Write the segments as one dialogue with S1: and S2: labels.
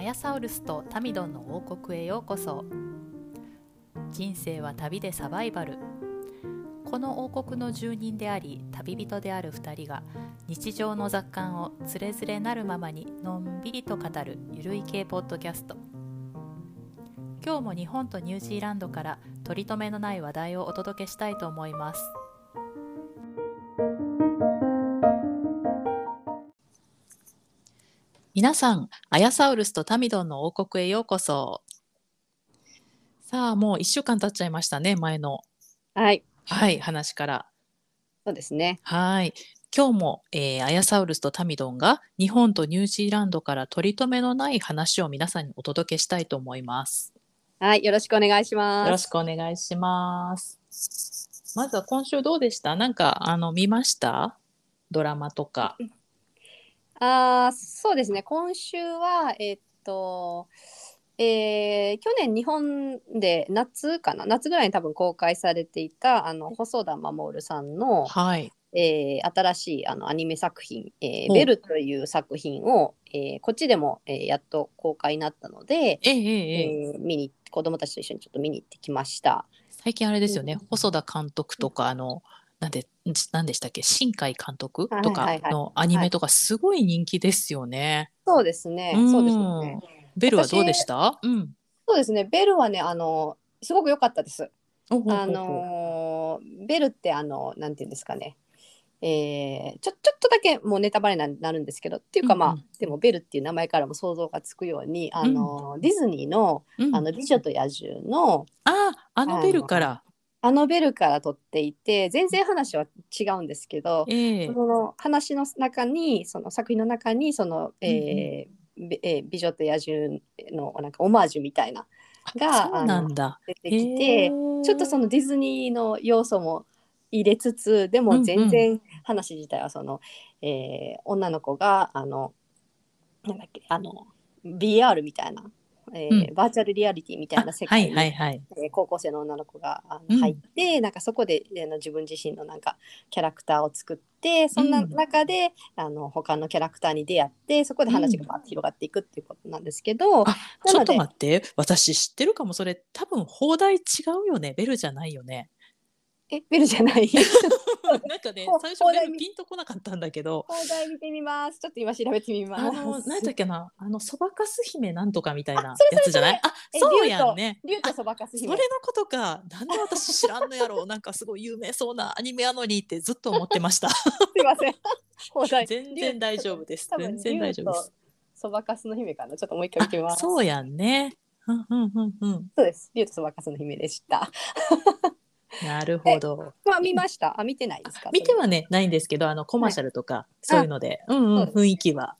S1: ヤサウルスとタミドンの王国へようこそ人生は旅でサバイバルこの王国の住人であり旅人である2人が日常の雑感をつれづれなるままにのんびりと語るゆるい系ポッドキャスト今日も日本とニュージーランドから取り留めのない話題をお届けしたいと思います皆さんアヤサウルスとタミドンの王国へようこそさあもう1週間経っちゃいましたね前の
S2: はい、
S1: はい話から
S2: そうですね。
S1: はい。今日も、えーアヤサウルスとタミドンが日本とニュージーランドから取り留めのない話を皆さんにお届けしたいと思います。
S2: はい、よろしくお願いし
S1: よろ
S2: ます。
S1: しくお願いします。まずは今週どうでしたなんか、あの、見ましたドラマとか。
S2: ああ、そうですね。今週は、えっと、えー去年日本で夏かな夏ぐらいに多分公開されていたあの細田守さんの、
S1: はい。
S2: えー新しいあのアニメ作品「えー
S1: ほう
S2: ベル」という作品を、えーこっちでも、えーやっと公開になったので、
S1: えええ
S2: え
S1: えええ
S2: ー見に子供たちと一緒にちょっと見に行ってきました。
S1: 最近あれですよね
S2: う。
S1: 細田監督とか、あの、なんで、んなんでしたっけ新海監督
S2: はい
S1: とか
S2: はいはい
S1: のアニメとか、すごい人気ですよね。
S2: そうですね
S1: うん
S2: そうですよね
S1: ベルはどうでしたうん。
S2: そうですねベルはねあのすごく良かったです。
S1: おほうほうほう
S2: あのーベルってあのなんていうんですかね、えーちょちょっとだけもうネタバレにななるんですけどっていうかまあ、
S1: うんうん
S2: でもベルっていう名前からも想像がつくようにあのー、ディズニーの
S1: う
S2: 「
S1: ん
S2: あの美女と野獣の」
S1: ああ、あのベルから。
S2: あのベルから撮っていて全然話は違うんですけど、
S1: ええ
S2: その話の中にその作品の中にその、えーべえー美女と野獣のなんかオマージュみたいな
S1: あ
S2: が
S1: そうなんだ。
S2: 出てきて。
S1: へー
S2: ちょっとそのディズニーの要素も入れつつで
S1: うんう
S2: も
S1: ん
S2: 全然話自体はその、えー女の子があのなんだっけあの BR みたいな、えー
S1: う
S2: バーチャルリアリティみたいな世
S1: あは
S2: 界
S1: い
S2: に、
S1: はいはい。
S2: えー高校生の女の子があの
S1: うん
S2: 入って、なんかそこであの自分自身のなんかキャラクターを作ってそんな
S1: うん
S2: 中で、あの他のキャラクターに出会ってそこで話がバーッと広がっていくっていうことなんですけど、
S1: あ
S2: な
S1: ちょっ
S2: ので
S1: と待って、私知ってるかも、それ多分放題違うよね、ベルじゃないよね。
S2: えベルじゃない
S1: なんかね
S2: ほ、
S1: 最
S2: 放
S1: 初ベ
S2: 題
S1: ル
S2: 見
S1: ピンとこなかったんだけど、
S2: 放題見てみます。ちょっと今調べてみます。
S1: あの、なんだっけな、あの、そばかす姫なんとかみたいな
S2: あそれ
S1: やつじゃないあ、
S2: え
S1: そうやんね。
S2: 竜とそばかす
S1: それ
S2: 姫
S1: の。ことか、なんで私知らんのやろう、 なんかすごい有名そうなアニメやのにってずっと思ってま した。
S2: すいません。放題
S1: 全然大丈夫です。
S2: 多
S1: 全
S2: 分
S1: 然大丈夫です。。
S2: そばかすの姫かな。ちょっともう一回
S1: あ
S2: 見てみます。
S1: そうやんね。うんうんうんうん。
S2: そうです。竜とそばかすの姫でした。
S1: なるほど。
S2: まあ見ました。あ見てないですか。
S1: 見てはねないんですけど、あのコマーシャルとかそういうので、うんうん
S2: そうです
S1: 雰囲気は。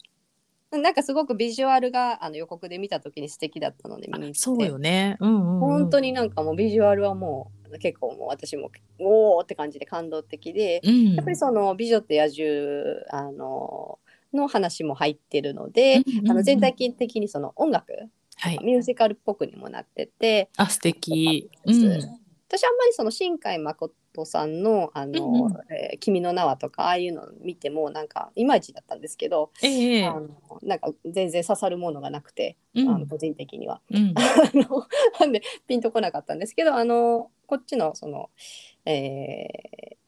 S2: なんかすごくビジュアルがあの予告で見た時に素敵だったので見に行って。
S1: そうよね。うんうんうん。
S2: 本当になんかもうビジュアルはもう結構もう私もおおって感じで感動的で、
S1: うん。
S2: やっぱりその美女と野獣あのの話も入ってるので、
S1: うんうんうん
S2: あの全体的にその音楽
S1: はい。
S2: ミュージカルっぽくにもなってて、
S1: あ素敵。う
S2: です
S1: ん。
S2: 私あんまりその新海誠さんの「あの
S1: うんうん
S2: えー君の名は」とかああいうの見てもなんかいまいちだったんですけど、
S1: ええ
S2: あのなんか全然刺さるものがなくて、
S1: う
S2: あの
S1: ん
S2: 個人的には。
S1: うん。
S2: あのなんでピンとこなかったんですけどあのこっちのその、え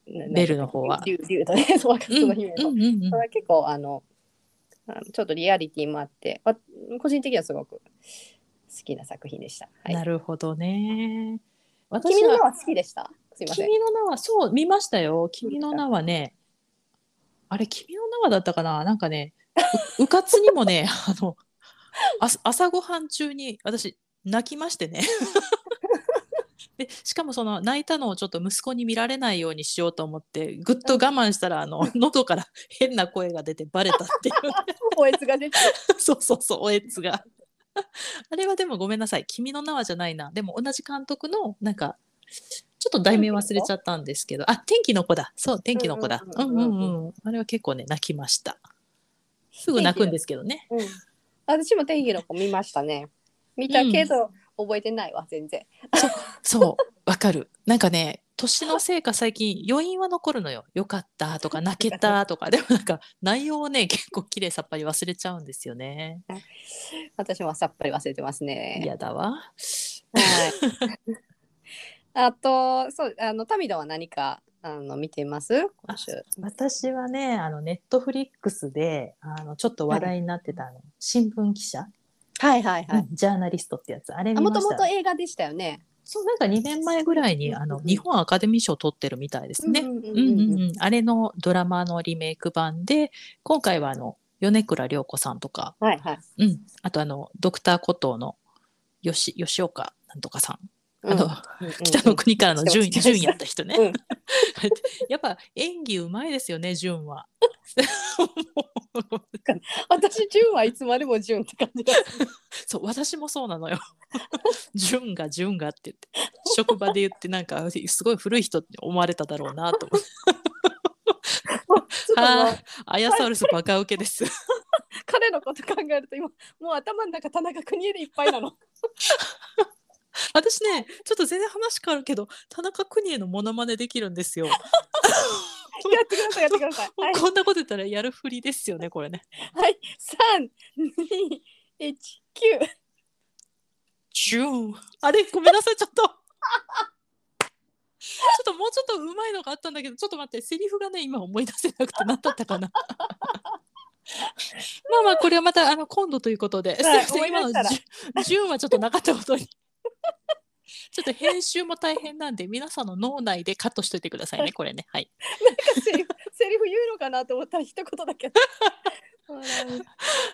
S2: ーな
S1: ベルの方は
S2: 竜竜とね そう若
S1: うんう
S2: 手
S1: ん
S2: の姫の、
S1: うんうん
S2: それは結構あのあのちょっとリアリティもあってわ個人的にはすごく好きな作品でした。はい
S1: なるほどね。私
S2: 君の名
S1: は
S2: は好きでした。すいません。
S1: 君の名はそう見ましたよ。君の名はね。あれ君の名はだったかな。なんかね、う うかつにもね、あのあす朝ごはん中に私泣きまして ね。でしかもその泣いたのをちょっと息子に見られないようにしようと思ってぐっと我慢したらあの喉から変な声が出てバレたっていう
S2: おえつが出て
S1: そうそうそうおえつが あれはでもごめんなさい「君の名は」じゃないなでも同じ監督のなんかちょっと題名忘れちゃったんですけどあ天気の子だそう天気の子だう
S2: うんん
S1: う
S2: うんん
S1: う、
S2: うん
S1: あれは結構ね泣きましたすぐ泣くんですけどね
S2: うん、私も天気の子見ましたね。見たけど、覚えてないわ全然。
S1: そうわかるなんかね年のせいか最近余韻は残るのよ。よかったとか泣けたとか。でもなんか内容をね、結構綺麗さっぱり忘れちゃうんですよね。
S2: 私もさっぱり忘れてますね。
S1: 嫌だわ。
S2: はい。 あと、そう、あの、タミドは何か、あの、見てます今週。
S1: 私はね、あの、ネットフリックスで、あの、ちょっと話題になってた、あの、新聞記者、
S2: はいはいはい。
S1: ジャーナリストってやつ。あれ見
S2: も
S1: ま
S2: と
S1: し
S2: も
S1: た
S2: と。映画でしたよね。
S1: そう、なんか2年前ぐらいに、あの、日本アカデミー賞を取ってるみたいですね。
S2: うんうん
S1: う
S2: うんん
S1: う
S2: うん
S1: んうん、あれのドラマのリメイク版で今回はあの米倉涼子さんとか、
S2: はいはい。
S1: うん、あとあのドクターコトーの吉吉岡なんとかさんあの、
S2: うんうんうん
S1: 北の国からの順
S2: 知ってます
S1: 順やった人ね、
S2: うん
S1: やっぱ演技うまいですよね順は。
S2: 私、純はいつまでも純って感じだ。
S1: そう私もそうなのよ。 順が順がって言って職場で言ってなんかすごい古い人って思われただろうなと 思って
S2: ちょっと も
S1: あ
S2: う
S1: ーアヤサウルスバカウケです。
S2: 彼のこと考えると今もう頭の中田中邦衛でいっ ぱいなの。
S1: 私ねちょっと全然話変わるけど田中邦衛のモノマネできるんですよ、
S2: やってくださいやってください。はい
S1: こんなこと言ったらやるふりですよねこれね
S2: はい三二一九。
S1: ジューンあれごめんなさいちょっとちょ っともうちょっとうまいのがあったんだけどちょっと待ってセリフがね今思い出せなくて何だったか なまあまあこれはまたあの今度ということで、
S2: はい
S1: すいません今の
S2: 思い出し
S1: ジューンはちょっとなかったことにちょっと編集も大変なんで皆さんの脳内でカットしといてくださいねこれねはい
S2: セリフセリフ言うのかなと思ったら一言だけ。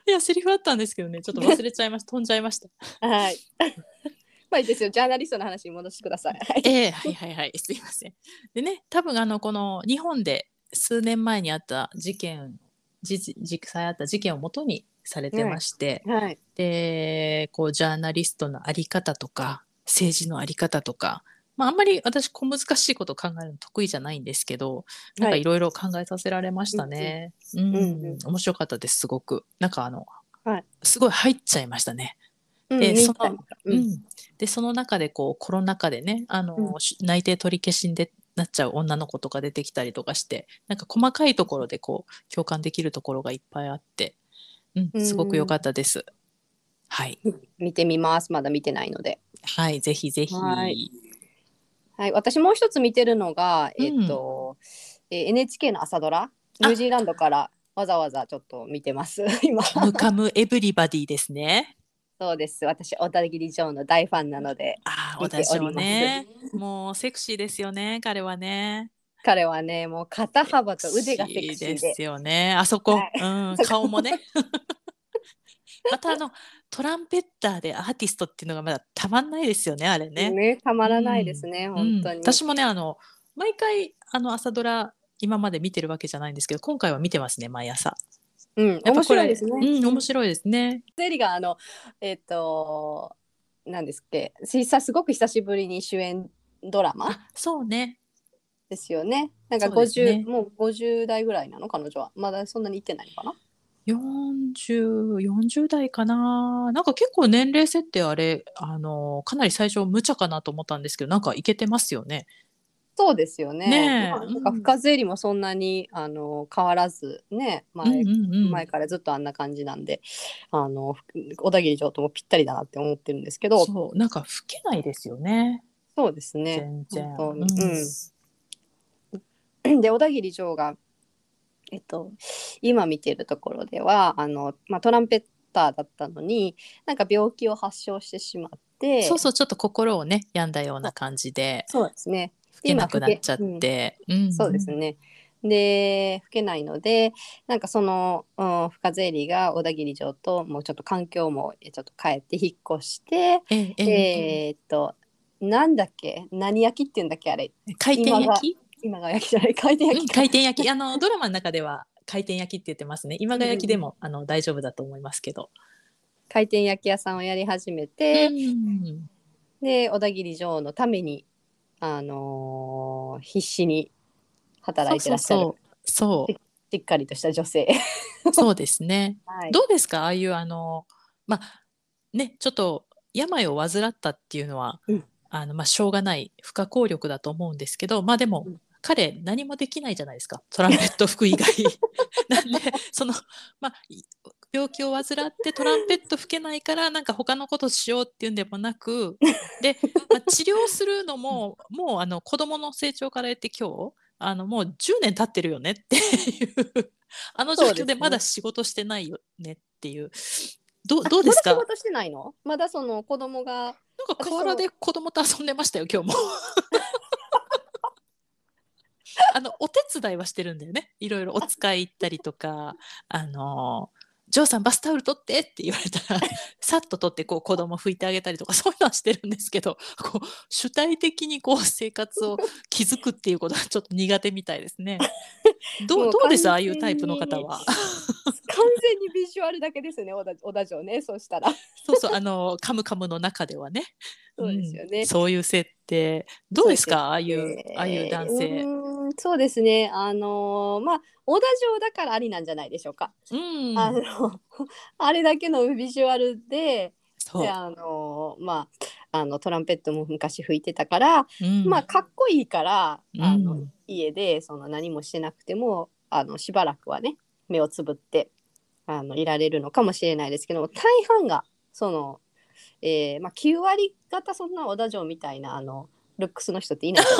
S1: いや、セリフあったんですけどね、ちょっと忘れちゃいました。飛んじゃいました。
S2: はい。まあいいですよジャーナリストの話に戻してください。はい
S1: ええはいはいはい、 すいません。でね、多分あの、この日本で数年前にあった事件、じじ実際あった事件をもとにされてまして、
S2: はい
S1: で、こう、ジャーナリストのあり方とか、政治のあり方とか、まあ、あんまり私、小難しいことを考えるの得意じゃないんですけど、なんかいろいろ考えさせられましたね。うん、
S2: うんうん
S1: 面白かったです、すごく。なんかあの、
S2: はい
S1: すごい入っちゃいましたね。
S2: うん
S1: で
S2: 見に
S1: そ
S2: 行きたい
S1: の
S2: う
S1: うんん、でその中でこうコロナ禍でねあの、
S2: う
S1: し内定取り消しにでなっちゃう女の子とか出てきたりとかしてなんか細かいところでこう共感できるところがいっぱいあって、う、
S2: うんん
S1: すごく良かったです。はい、
S2: 見てみますまだ見てないので。
S1: はい、ぜひぜひ。
S2: はいはい私もう一つ見てるのがえっと、えー NHK の朝ドラニュージーランドからわざわざちょっと見てます 今。
S1: カムカムエブリバディですね。
S2: そうです。私、小田切城の大ファンなので、
S1: ああ、
S2: 見ております
S1: 私もね、もうセクシーですよね、彼はね。
S2: 彼はね、もう肩幅と腕がセクシ
S1: セクシ
S2: ー
S1: ー
S2: で
S1: で。すよね。あそこ、
S2: はい
S1: うん、顔もね。 またあのトランペッターでアーティストっていうのがまだたまんないですよねあれ
S2: ね
S1: ね。
S2: たまらないですね、本当
S1: うん
S2: に。
S1: 私もねあの毎回あの朝ドラ今まで見てるわけじゃないんですけど今回は見てますね毎朝。
S2: うん、
S1: やっぱ
S2: 面
S1: これ
S2: 白いですね。
S1: うん、面白いですね。
S2: ゼリが、あの、えっ、と、なんですっけ、さすごく久しぶりに主演ドラマ
S1: あそうね。
S2: ですよね。なんか
S1: そうですね
S2: 50、もう50代ぐらいなの、彼女は。まだそんなにいってないのかな。
S1: 40, 40代かななんか結構年齢設定あれあのかなり最初無茶かなと思ったんですけどなんかいけてますよね。
S2: そうですよね。
S1: ねえ
S2: まあなんか、
S1: うん
S2: 深ゼリもそんなに、あの、変わらず、ね、前、
S1: うんうんうん
S2: 前からずっとあんな感じなんで、あのふ小田切城ともぴったりだなって思ってるんですけど、そう
S1: そうなんか老けないですよね
S2: ですね。
S1: 全然。
S2: 本当に で小田切城が、えっと、今見てるところではあの、まあ、トランペッターだったのになんか病気を発症してしまって
S1: そうそうちょっと心をね病んだような感じで
S2: そうですね。
S1: 吹けなくなっちゃって、うん
S2: そうですね。で老けないのでなんかその、うん、深ゼリが小田切城ともうちょっと環境もえちょっと変えて引っ越して
S1: ええええ
S2: えーっと、なんだっけ何焼きっていうんだっけあれ
S1: 回転焼き、
S2: 今が焼きじゃない回転
S1: う
S2: 焼
S1: ん、
S2: きか、
S1: 回転焼きあのドラマの中では回転焼きって言ってますね今が焼きでも、あの大丈夫だと思いますけど、
S2: 回転焼き屋さんをやり始め
S1: え
S2: て、で小田切城のために、あのー必死に働いて
S1: そ
S2: ら
S1: う
S2: っしゃる
S1: そうそうそ
S2: しっかりとした女性、
S1: うそうですね
S2: はい、
S1: どうですかああいうあのまあねちょっと病を患ったっていうのは、
S2: うん
S1: あの、まあ、しょうがない不可抗力だと思うんですけど、まあ、でも
S2: うん、
S1: 彼何もできないじゃないですか。トランペット吹く以 外。なんで、その、まあ、い病気を患ってトランペット吹けないから、なんか他のことしようっていうんでもなく、で、まあ、治療するのも、もうあの子供の成長から言って今日、あのもう10年経ってるよねっていう、あの状
S2: そうで
S1: 況
S2: すね
S1: でまだ仕事してないよねっていう。どうどうですか
S2: あまだ仕事してないのまだその子供が
S1: なんか
S2: 私
S1: 河原で子供と遊んでましたよ、今 日も。あのお手伝いはしてるんだよね。いろいろお使い行ったりとか、あのジョーさんバスタオル取ってって言われ たら、さっと取ってこう子供拭いてあげたりとかそういうのはしてるんですけど、こう主体的にこう生活 を築くっていうことはちょっと苦手みたいですね。ど
S2: も
S1: う
S2: う
S1: どうですああ
S2: 完
S1: い
S2: 全
S1: うタイプの方
S2: に
S1: は。
S2: 完全にビジュアルだけですよね小田小田城ねそうしたら
S1: そうそうあのカムカムの中ではね。
S2: そうですよね
S1: んそういう設定。どうですかああい
S2: え
S1: う
S2: ー
S1: ああいう男性。
S2: うーんそうですねあのーまあ小田城だからありなんじゃないでしょうか、
S1: うん。
S2: あの あれだけのビジュアルで
S1: そう
S2: で。あのーまああのトランペットも昔吹いてたから、
S1: うん
S2: まあかっこいいからあの、
S1: うん
S2: 家でその何もしてなくてもあのしばらくはね目をつぶってあのいられるのかもしれないですけども大半がその、えーまあ、9割方そんな小田城みたいなあのルックスの人っていないじゃ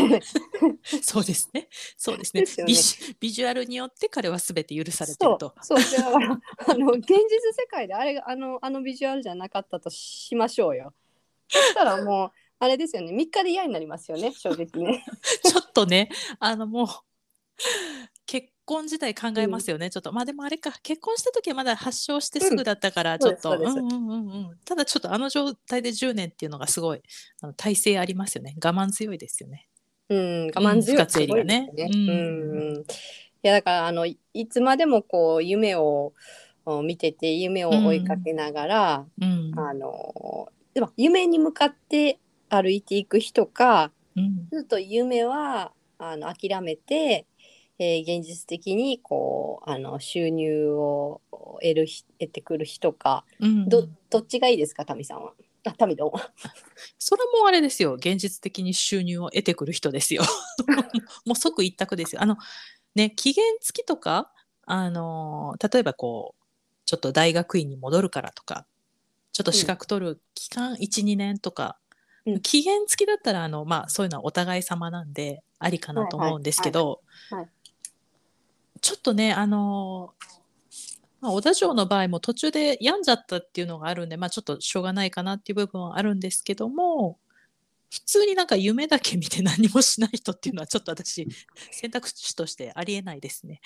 S2: ないで すか。ね、
S1: そうですね。そうですね
S2: ですよね
S1: ビジ。ビジュアルによって彼はすべて許されてると。
S2: そうそうだから あの現実世界であれがあのあのビジュアルじゃなかったとしましょうよそしたらもうあれですよね3日で嫌になりますよ ね正直ね
S1: ちょっとね、あのもう結婚自体考えますよね。ちょっとまあでもあれか結婚した時はまだ発症してすぐだったから、
S2: ん
S1: ちょっと、
S2: そう
S1: う
S2: で
S1: ん
S2: す
S1: う
S2: そうん
S1: うんうん。ただちょっとあの状態で10年っていうのがすごいあの体性ありますよね。我慢強いですよね。
S2: うん我慢強い
S1: うん深津絵里はね
S2: すごいです
S1: う
S2: うんんいやだからあのいいつまでもこう夢をお見てて夢を追いかけながら、
S1: うん。
S2: あのでも夢に向かって歩いていく人か
S1: うん
S2: ずっと夢はあの諦めて、えー現実的にこうあの収入を得るひ得てくる人か
S1: うん
S2: どどっちがいいですかタミさんは。 あタミどう
S1: それもあれですよ。現実的に収入を得てくる人ですよ。 もう即一択ですよ。あの、ね、期限付きとか、あのー、例えばこう、ちょっと大学院に戻るからとか、ちょっと資格取る期間1、2年とか、
S2: うん
S1: 期限付きだったら、あの、まあ、そういうのはお互い様なんで、ありかなと思うんですけど
S2: はいはいはい、
S1: ちょっとね、あのー、まあ、小田城の場合も途中で病んじゃったっていうのがあるんで、まあ、ちょっとしょうがないかなっていう部分はあるんですけども普通になんか夢だけ見て何もしない人っていうのはちょっと私選択肢としてありえないですね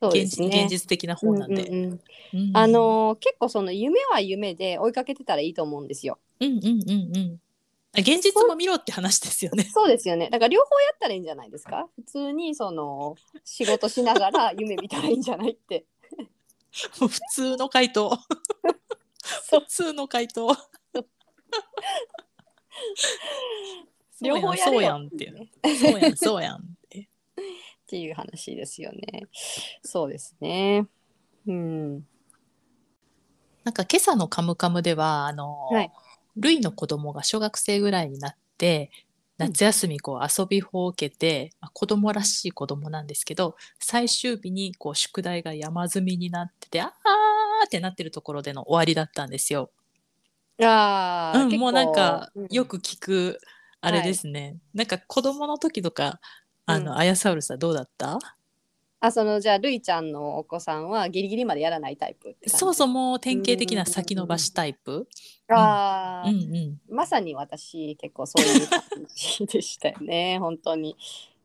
S2: そうで
S1: 現
S2: す
S1: 実
S2: ね
S1: 現実的な方なんで。
S2: うんうんうん
S1: うん
S2: あのー結構その夢は夢で追いかけてたらいいと思うんですよ。
S1: うんうんうんうんあ現実も見ろって話ですよね。
S2: そうですよね。だから両方やったらいいんじゃないですか。普通にその仕事しながら夢見たらいいんじゃないって。
S1: も う普通の回答。
S2: そう
S1: 普通の回 答。
S2: 両方や
S1: そう
S2: れ
S1: や
S2: よ
S1: ん
S2: っ
S1: って
S2: て
S1: い
S2: いう
S1: う。
S2: ね
S1: そうやんそうやんって。
S2: っていう話ですよね。そうですね。うん。
S1: なんか今朝の「カムカム」ではあの、
S2: はい
S1: ルイの子供が小学生ぐらいになって夏休みこう遊びほうけて、まあ子供らしい子供なんですけど最終日にこう宿題が山積みになっててあーってなってるところでの終わりだったんですよ。
S2: ああ、
S1: うん、
S2: 結構
S1: もうなんか
S2: うん
S1: よく聞くあれですね、なんか子供の時とかあの、
S2: う
S1: アヤサウルスはどうだった
S2: あそのじゃあるいちゃんのお子さんはギリギリまでやらないタイプって感じ
S1: そうそうもう典型的な先延ばしタイプ。
S2: あ
S1: う
S2: ー、
S1: んうん
S2: まさに私結構そういう感じでしたよね 本当に。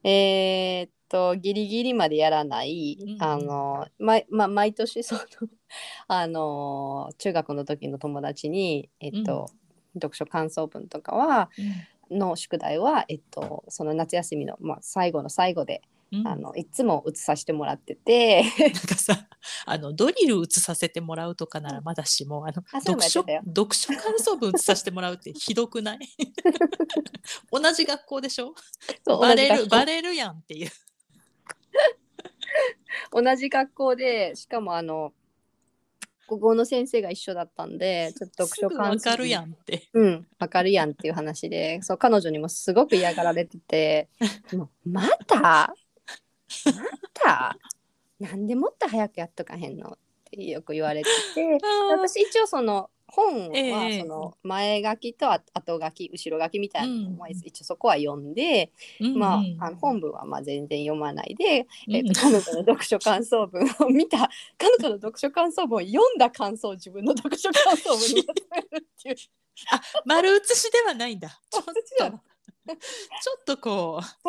S2: えーっとギリギリまでやらない、
S1: うんうん
S2: あのまま毎年その あの中学の時の友達にえっと、読書感想文とかはの宿題はえっとその夏休みの、まあ、最後の最後で、
S1: うん
S2: あのいつも写させてもらってて
S1: なんかさあのドリル写させてもらうとかならまだしもあの
S2: あそういう
S1: 読
S2: のやって
S1: 書
S2: たよ
S1: 読書感想文写させてもらうってひどくない 同じ学校でしょ
S2: そう
S1: バ
S2: 同じ
S1: レ
S2: 学
S1: る
S2: 校
S1: バレるやんっていう。
S2: 同じ学校でしかもあの国語の先生が一緒だったんでちょっと
S1: すぐ
S2: 読書
S1: わ
S2: 感
S1: かるや
S2: ん
S1: んって。
S2: うんわかるやんっていう話でそう彼女にもすごく嫌がられてて「もうまたまたなんでもっと早くやっとかへんの?」ってよく言われてて私一応その本
S1: ええ
S2: はその前書きとあ後書き後ろ書きみたいなのも
S1: うん
S2: 一応そこは読んで、
S1: うん
S2: ま
S1: うん
S2: あ、あの本文はまあ全然読まないで、え
S1: う
S2: っ
S1: ん
S2: と彼女の読書感想文を見た彼女の読書感想文を読んだ感想を自分の読書感想文にまとめるっていう
S1: あ丸写しではないんだ。ちょっと
S2: 丸写し
S1: ち
S2: で
S1: ょ
S2: は
S1: っとこう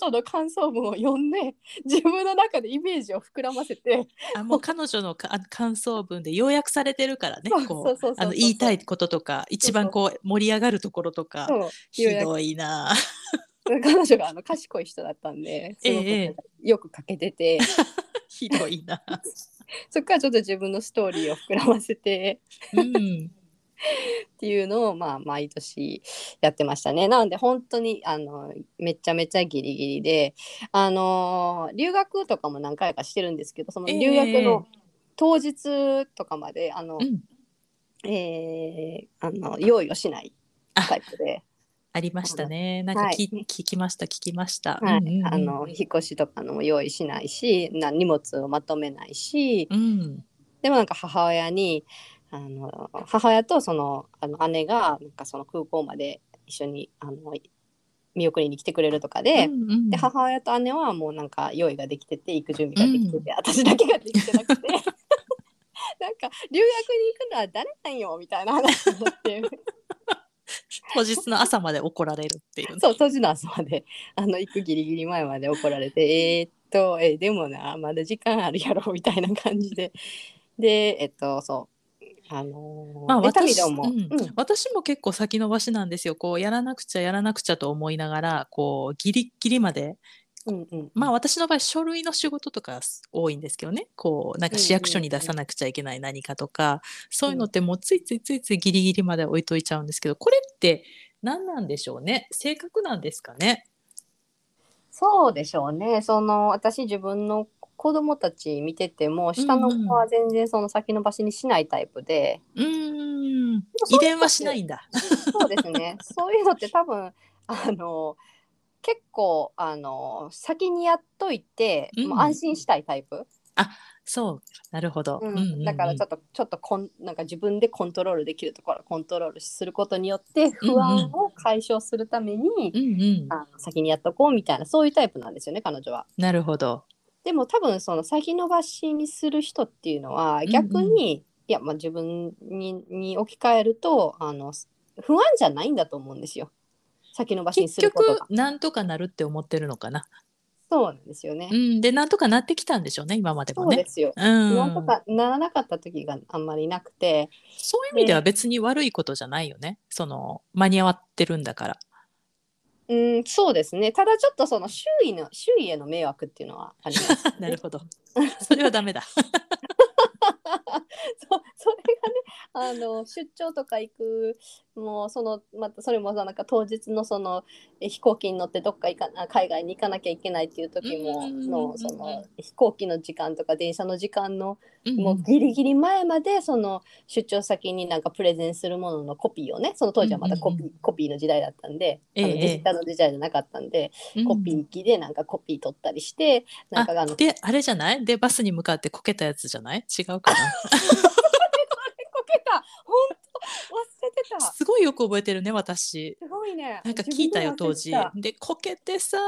S2: 彼女の感想文を読んで自分の中でイメージを膨らませて
S1: あもう彼女のかあ感想文で要約されてるからね
S2: そうそ
S1: こ
S2: うそううそう
S1: あの言いたいこととか一番こう盛り上がるところとか
S2: そう
S1: ひどいな
S2: 彼女があの賢い人だったんで
S1: え
S2: す
S1: え
S2: ごく
S1: ええ
S2: よく書けてて。
S1: ひどいな、
S2: そこからちょっと自分のストーリーを膨らませて
S1: うん、
S2: っていうのをまあ毎年やってましたね。なので本当にあのめちゃめちゃギリギリで、あの留学とかも何回かしてるんですけど、その
S1: ええ
S2: 留学の当日とかまであの、
S1: うん
S2: えーあの用意をしないタイプで、
S1: ありましたねなんか
S2: はい
S1: 聞,、聞きました聞きました、
S2: はい
S1: うんうんうん
S2: あの引っ越しとかのも用意しないし、な荷物をまとめないし、
S1: うん
S2: でもなんか母親にあの母親とそのあの姉がなんかその空港まで一緒にあのい見送りに来てくれるとかで,、
S1: うんうん
S2: で母親と姉はもうなんか用意ができてて行く準備ができてて、私だけができてなくて なんか留学に行くのは誰なんよみたいな話になって
S1: 当日の朝まで怒られるっていうね
S2: そう当時の朝まで あの行くギリギリ前まで怒られてえーっとえでもなまだ時間あるやろみたいな感じで でえっとそうあのー
S1: まあ
S2: ネタミ
S1: 私
S2: ドンも、
S1: うん私も結構先延ばしなんですよこうやらなくちゃやらなくちゃと思いながらこうギリッギリまで
S2: うんうん
S1: まあ私の場合書類の仕事とかす多いんですけどねこうなんか市役所に出さなくちゃいけない何かとかそういうのってもうついついついついギリギリまで置いといちゃうんですけどこれって何なんでしょうね性格なんですかね。
S2: そうでしょうねその私自分の子供たち見てても下の子は全然その先延ばしにしないタイプで、
S1: うーん遺伝はしないんだ。
S2: そうです ねそういうのって多分あの結構あの先にやっといて、
S1: うん
S2: もう安心したいタイプ、
S1: そうなるほど。
S2: うん
S1: うんうんうん
S2: だからちょっとちょっとこんなんか自分でコントロールできるところはコントロールすることによって不安を解消するため
S1: う
S2: に、
S1: んうん
S2: あの先にやっとこうみたいなそういうタイプなんですよね彼女は。
S1: なるほど。
S2: でも多分その先延ばしにする人っていうのは
S1: んうん
S2: 逆に、いやまあ自分にに置き換えるとあの不安じゃないんだと思うんですよ先延ばしにす
S1: 結
S2: ること
S1: 局
S2: が
S1: なんとかなるって思ってるのかな。
S2: そうなんですよね、
S1: うん、でなんとかなってきたんでしょうね今まで
S2: そ
S1: も
S2: う
S1: ね
S2: で。すよ、
S1: うん、
S2: なんとかならなかった時があんまりなくて
S1: そういう意味では別に悪いことじゃないよね。その間に合わってるんだから。
S2: うんそうですねただちょっとその周囲の周囲への迷惑っていうのはあります
S1: なるほど。それはダメだ。
S2: そうそれがねあの出張とか行くもうそのまたそれもさなんか当日のそのえ飛行機に乗ってどっか行かな海外に行かなきゃいけないっていう時も
S1: うんうんうんうん
S2: のその飛行機の時間とか電車の時間のも
S1: う
S2: うギリギリ前までその出張先になんかプレゼンするもののコピーをねその当時はまだコピ
S1: う
S2: ー,、
S1: んうん
S2: コピーの時代だったんで、あ
S1: え
S2: の
S1: え
S2: デジタルの時代じゃなかったんで、
S1: ん
S2: コピー機でなんかコピー取ったりしてなんかあの
S1: あであれじゃないでバスに向かってこけたやつじゃない違うか
S2: こけた本当忘れて
S1: な
S2: た
S1: すごいよく覚えてるね私
S2: すごいね
S1: なんか聞いたよ当時
S2: 自分でも忘れてた
S1: でこけてさ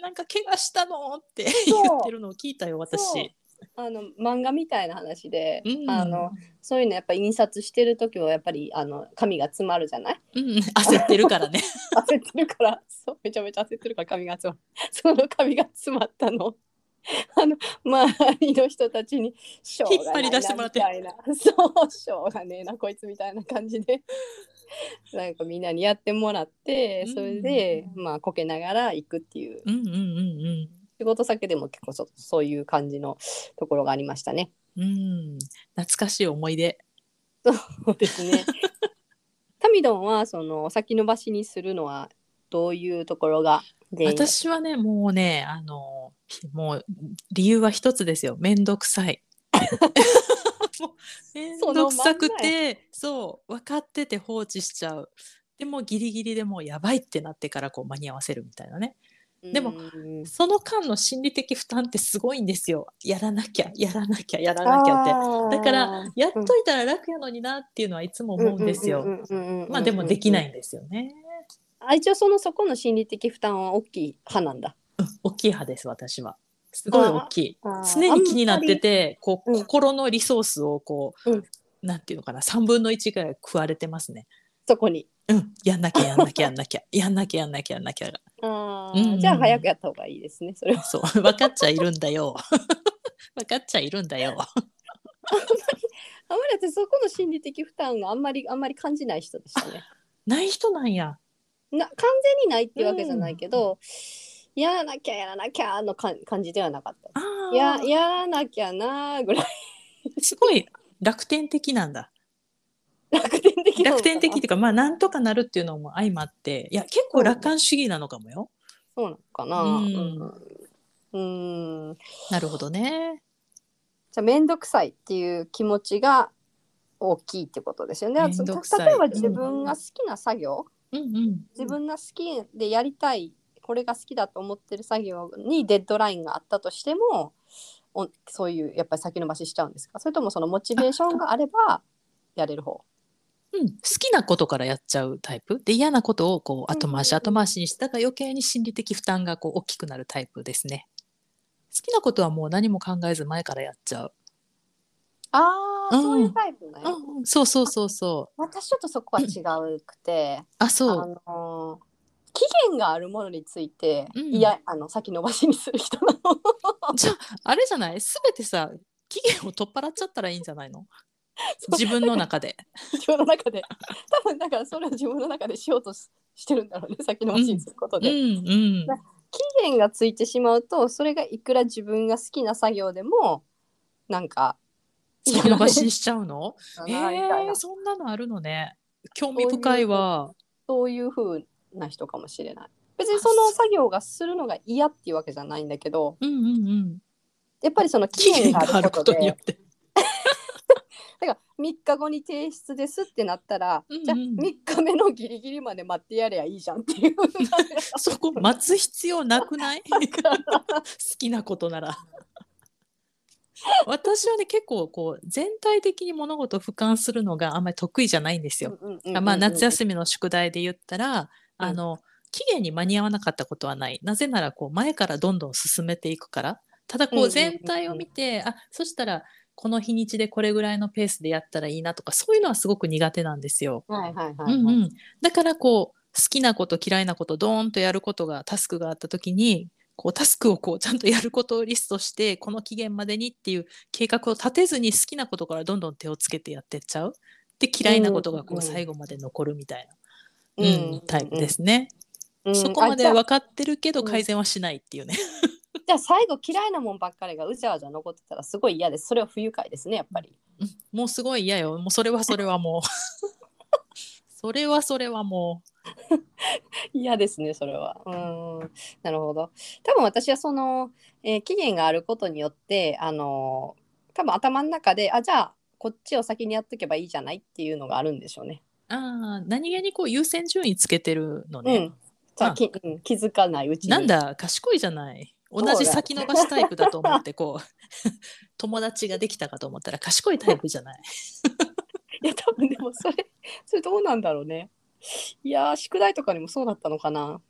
S1: なんか怪我したのって言
S2: そう
S1: ってるのを聞いたよ
S2: そう
S1: 私
S2: あの漫画みたいな話で、
S1: うん
S2: あのそういうのやっぱ印刷してる時はやっぱりあの紙が詰まるじゃない
S1: うん、焦ってるからね
S2: 焦ってるからそうめちゃめちゃ焦ってる から紙が詰まるその紙が詰まったの あの周りの人たちにしょうがない
S1: 引っ張り出しても
S2: な
S1: らっ
S2: み
S1: て
S2: たいな そうしょうがねえなこいつみたいな感 じでなんかみんなにやってもらってそれで、まあこけながら行くっていう
S1: うんうんうん
S2: 仕事先でも結構そそういう感じのところがありましたね。
S1: うんうん懐かしい思い出
S2: そうですね。 タミドンはその先延ばしにするのはどういうところが原因だ
S1: 私はねもうねあ のもう理由は一つですよめんどくさいもう面
S2: その
S1: 倒くさくてそう分かってて放置しちゃうでもギリギリでもうやばいってなってからこう間に合わせるみたいなねでも
S2: うん
S1: その間の心理的負担ってすごいんですよやらなきゃやらなきゃやらなきゃってだからやっといたら楽やのになっていうのはいつも思うんですよ、まあでもできないいんですよね、
S2: あ一応そのそこの心理的負担は大きい派なんだ
S1: 大きい派です私はすごい大きい
S2: あー
S1: 常に気になっててこう、
S2: うん
S1: 心のリソースをこう、
S2: うん
S1: なんていうのかな3分の1ぐらい食われてますね
S2: そこに
S1: うんやんなきゃやんなきゃやんなきゃやんなきゃやんなきゃやんなきゃが
S2: あ
S1: うんうん
S2: ーじゃあ早くやった方がいいですねそれは
S1: そう分かっちゃいるんだよ分かっちゃいるんだよ
S2: あまり私そこの心理的負担があんまりあんまり感じない人でした ね
S1: ない人なんや
S2: な完全にないっていうわけじゃないけど、やらなきゃやらなきゃのか感じではなかった
S1: あー
S2: ややらなきゃなーぐらい
S1: すごい楽天的なんだ
S2: 楽天的なの
S1: 楽
S2: かな
S1: 天的っていうかまあなんとかなるっていうのも相まっていや結構楽観主義なのかもよ、
S2: そうなのかな
S1: うん
S2: うんうん
S1: なるほどね
S2: じゃあ面倒くさいっていう気持ちが大きいってことですよね。
S1: 面倒くさい
S2: た例えば自分が好きな作業、
S1: うんうん
S2: 自分が好きでやりたいこれが好きだと思ってる作業にデッドラインがあったとしてもおそういうやっぱり先延ばししちゃうんですかそれともそのモチベーションがあればやれる方
S1: うん、好きなことからやっちゃうタイプで嫌なことをこう
S2: うんうん
S1: 後回し後回しにしてだから余計に心理的負担がこう大きくなるタイプですね好きなことはもう何も考えず前からやっちゃう、
S2: あー、
S1: うん
S2: そういうタイプね、
S1: うんうん、そうそうそうそう
S2: 私ちょっとそこは違うくて、
S1: あ
S2: あ
S1: そう
S2: のー期限があるものについて、
S1: うん
S2: いやあの先延ばしにする人なの
S1: じゃああれじゃない全てさ期限を取っ払っちゃったらいいんじゃないの
S2: そう
S1: 自分の中 で、
S2: 自分の中で多分だからそれを自分の中でしようとししてるんだろうね先延ばしにすること
S1: うん
S2: で、
S1: うん、
S2: 期限がついてしまうとそれがいくら自分が好きな作業でもなんか
S1: 先延ばしにしちゃう の
S2: やら
S1: え
S2: れたなみたいな
S1: ー、そんなのあるのね興味深いわ
S2: そういう風な人かもしれない別にその作業がするのが嫌っていうわけじゃないんだけど
S1: うんうんうん
S2: やっぱりその
S1: 期
S2: 期限
S1: 限
S2: が
S1: が
S2: あ
S1: あ
S2: る
S1: る
S2: こ
S1: ことと
S2: で
S1: によって
S2: だから3日後に提出ですってなったら、
S1: うんうん
S2: じゃあ3日目のギリギリまで待ってやればいいじゃんっていう
S1: そこ待つ必要なくない 好きなことなら。私はね結構こう全体的に物事を俯瞰するのがあんまり得意じゃないんですよ。あまあ、夏休みの宿題で言ったら、あの期限に間に合わなかったことはないなぜならこう前からどんどん進めていくからただ
S2: うん
S1: こ
S2: うんう
S1: うん全体を見て、あそしたらこの日にちでこれぐらいのペースでやったらいいなとかそういうのはすごく苦手なんですよ。
S2: みはいはいは
S1: う
S2: い、
S1: んうん、だからこう好きなこと嫌いなことドーンとやることがタスクがあった時にこうタスクをこうちゃんとやることをリストしてこの期限までにっていう計画を立てずに好きなことからどんどん手をつけてやってっちゃうで嫌いなことがこ
S2: うん
S1: う
S2: うん
S1: 最後まで残るみたいな、
S2: う
S1: うんんタイプですね、
S2: うん
S1: そこまでは
S2: あじゃあ
S1: 分かってるけど
S2: うん
S1: 改善はしないっていうね、
S2: じゃあ最後嫌いなもんばっかりがうじゃうじゃ残ってたらすごい嫌ですそれは不愉快ですねやっ ぱり
S1: うんもうすごい嫌よもうそれはそれはもう それはそれはも
S2: 嫌ですねそれはうーんなるほど多分私はその、えー期限があることによってあのー多分頭の中であじゃあこっちを先にやっとけばいいじゃないっていうのがあるんでしょうね
S1: うあー何気にこう優先順位つけてるの
S2: う
S1: ね、
S2: んじゃあき、うん、気づかないうちに
S1: なんだ賢いじゃない同じ先延ばしタイプだと思ってこう 友達ができたかと思ったら賢いタイプじゃない
S2: いや多分でもそれ それどうなんだろうねいやー宿題とかにもそうだったのかな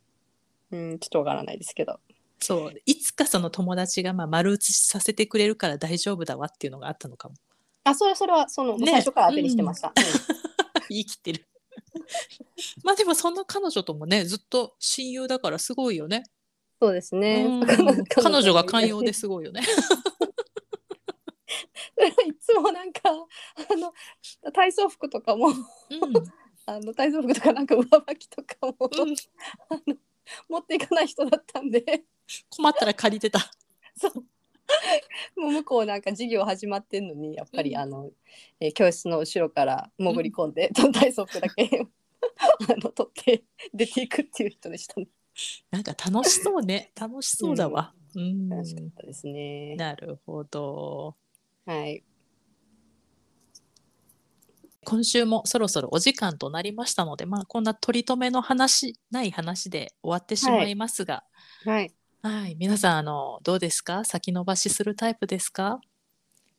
S2: うんちょっとわからないですけど
S1: そういつかその友達がまあ丸写しさせてくれるから大丈夫だわっていうのがあったのかも
S2: あそれはそれはその、
S1: ね
S2: 最初から当てにしてました、うん
S1: 言い切ってる まあでもそんな彼女ともねずっと親友だからすごいよね
S2: そうです ね
S1: うん。
S2: 彼
S1: 彼
S2: 女
S1: 女
S2: が
S1: が
S2: 寛
S1: 寛
S2: 容
S1: 容
S2: で。
S1: ですすごいよね
S2: いつもなんかあの体操服とかも
S1: うん
S2: あの体操服とかなんか上履きとかも、
S1: うん
S2: 持っていかない人だったんで、
S1: 困ったら借りてた
S2: もう向こうなんか授業始まってんのにやっぱり、
S1: うん
S2: あの、えー教室の後ろから潜り込んで、 体操服だけあの取って出ていくっていう人でしたね。
S1: なんか楽しそうね楽しそうだわうん
S2: 楽しかったですね。
S1: なるほど
S2: はい。
S1: 今週もそろそろお時間となりましたので、まあ、こんな取り留めの話ない話で終わってしまいますが、
S2: はい。
S1: はい、皆さんあのどうですか先延ばしするタイプですか、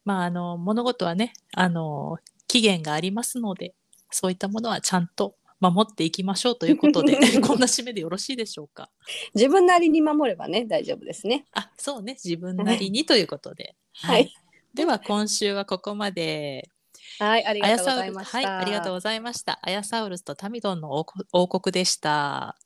S1: まあ、あの物事はねあの期限がありますのでそういったものはちゃんと守っていきましょうということ でこんな締めでよろしいでしょうか
S2: 自分なりに守ればね、大丈夫ですね。
S1: あそうね自分なりにということで、
S2: はい
S1: では今週はここまで
S2: はい、あり
S1: あ
S2: が
S1: や
S2: とうご
S1: さ
S2: ざ
S1: う
S2: い
S1: る
S2: まし
S1: は
S2: た。
S1: い、ありがとうございました。アヤサウルスとタミドンの王国王国でした。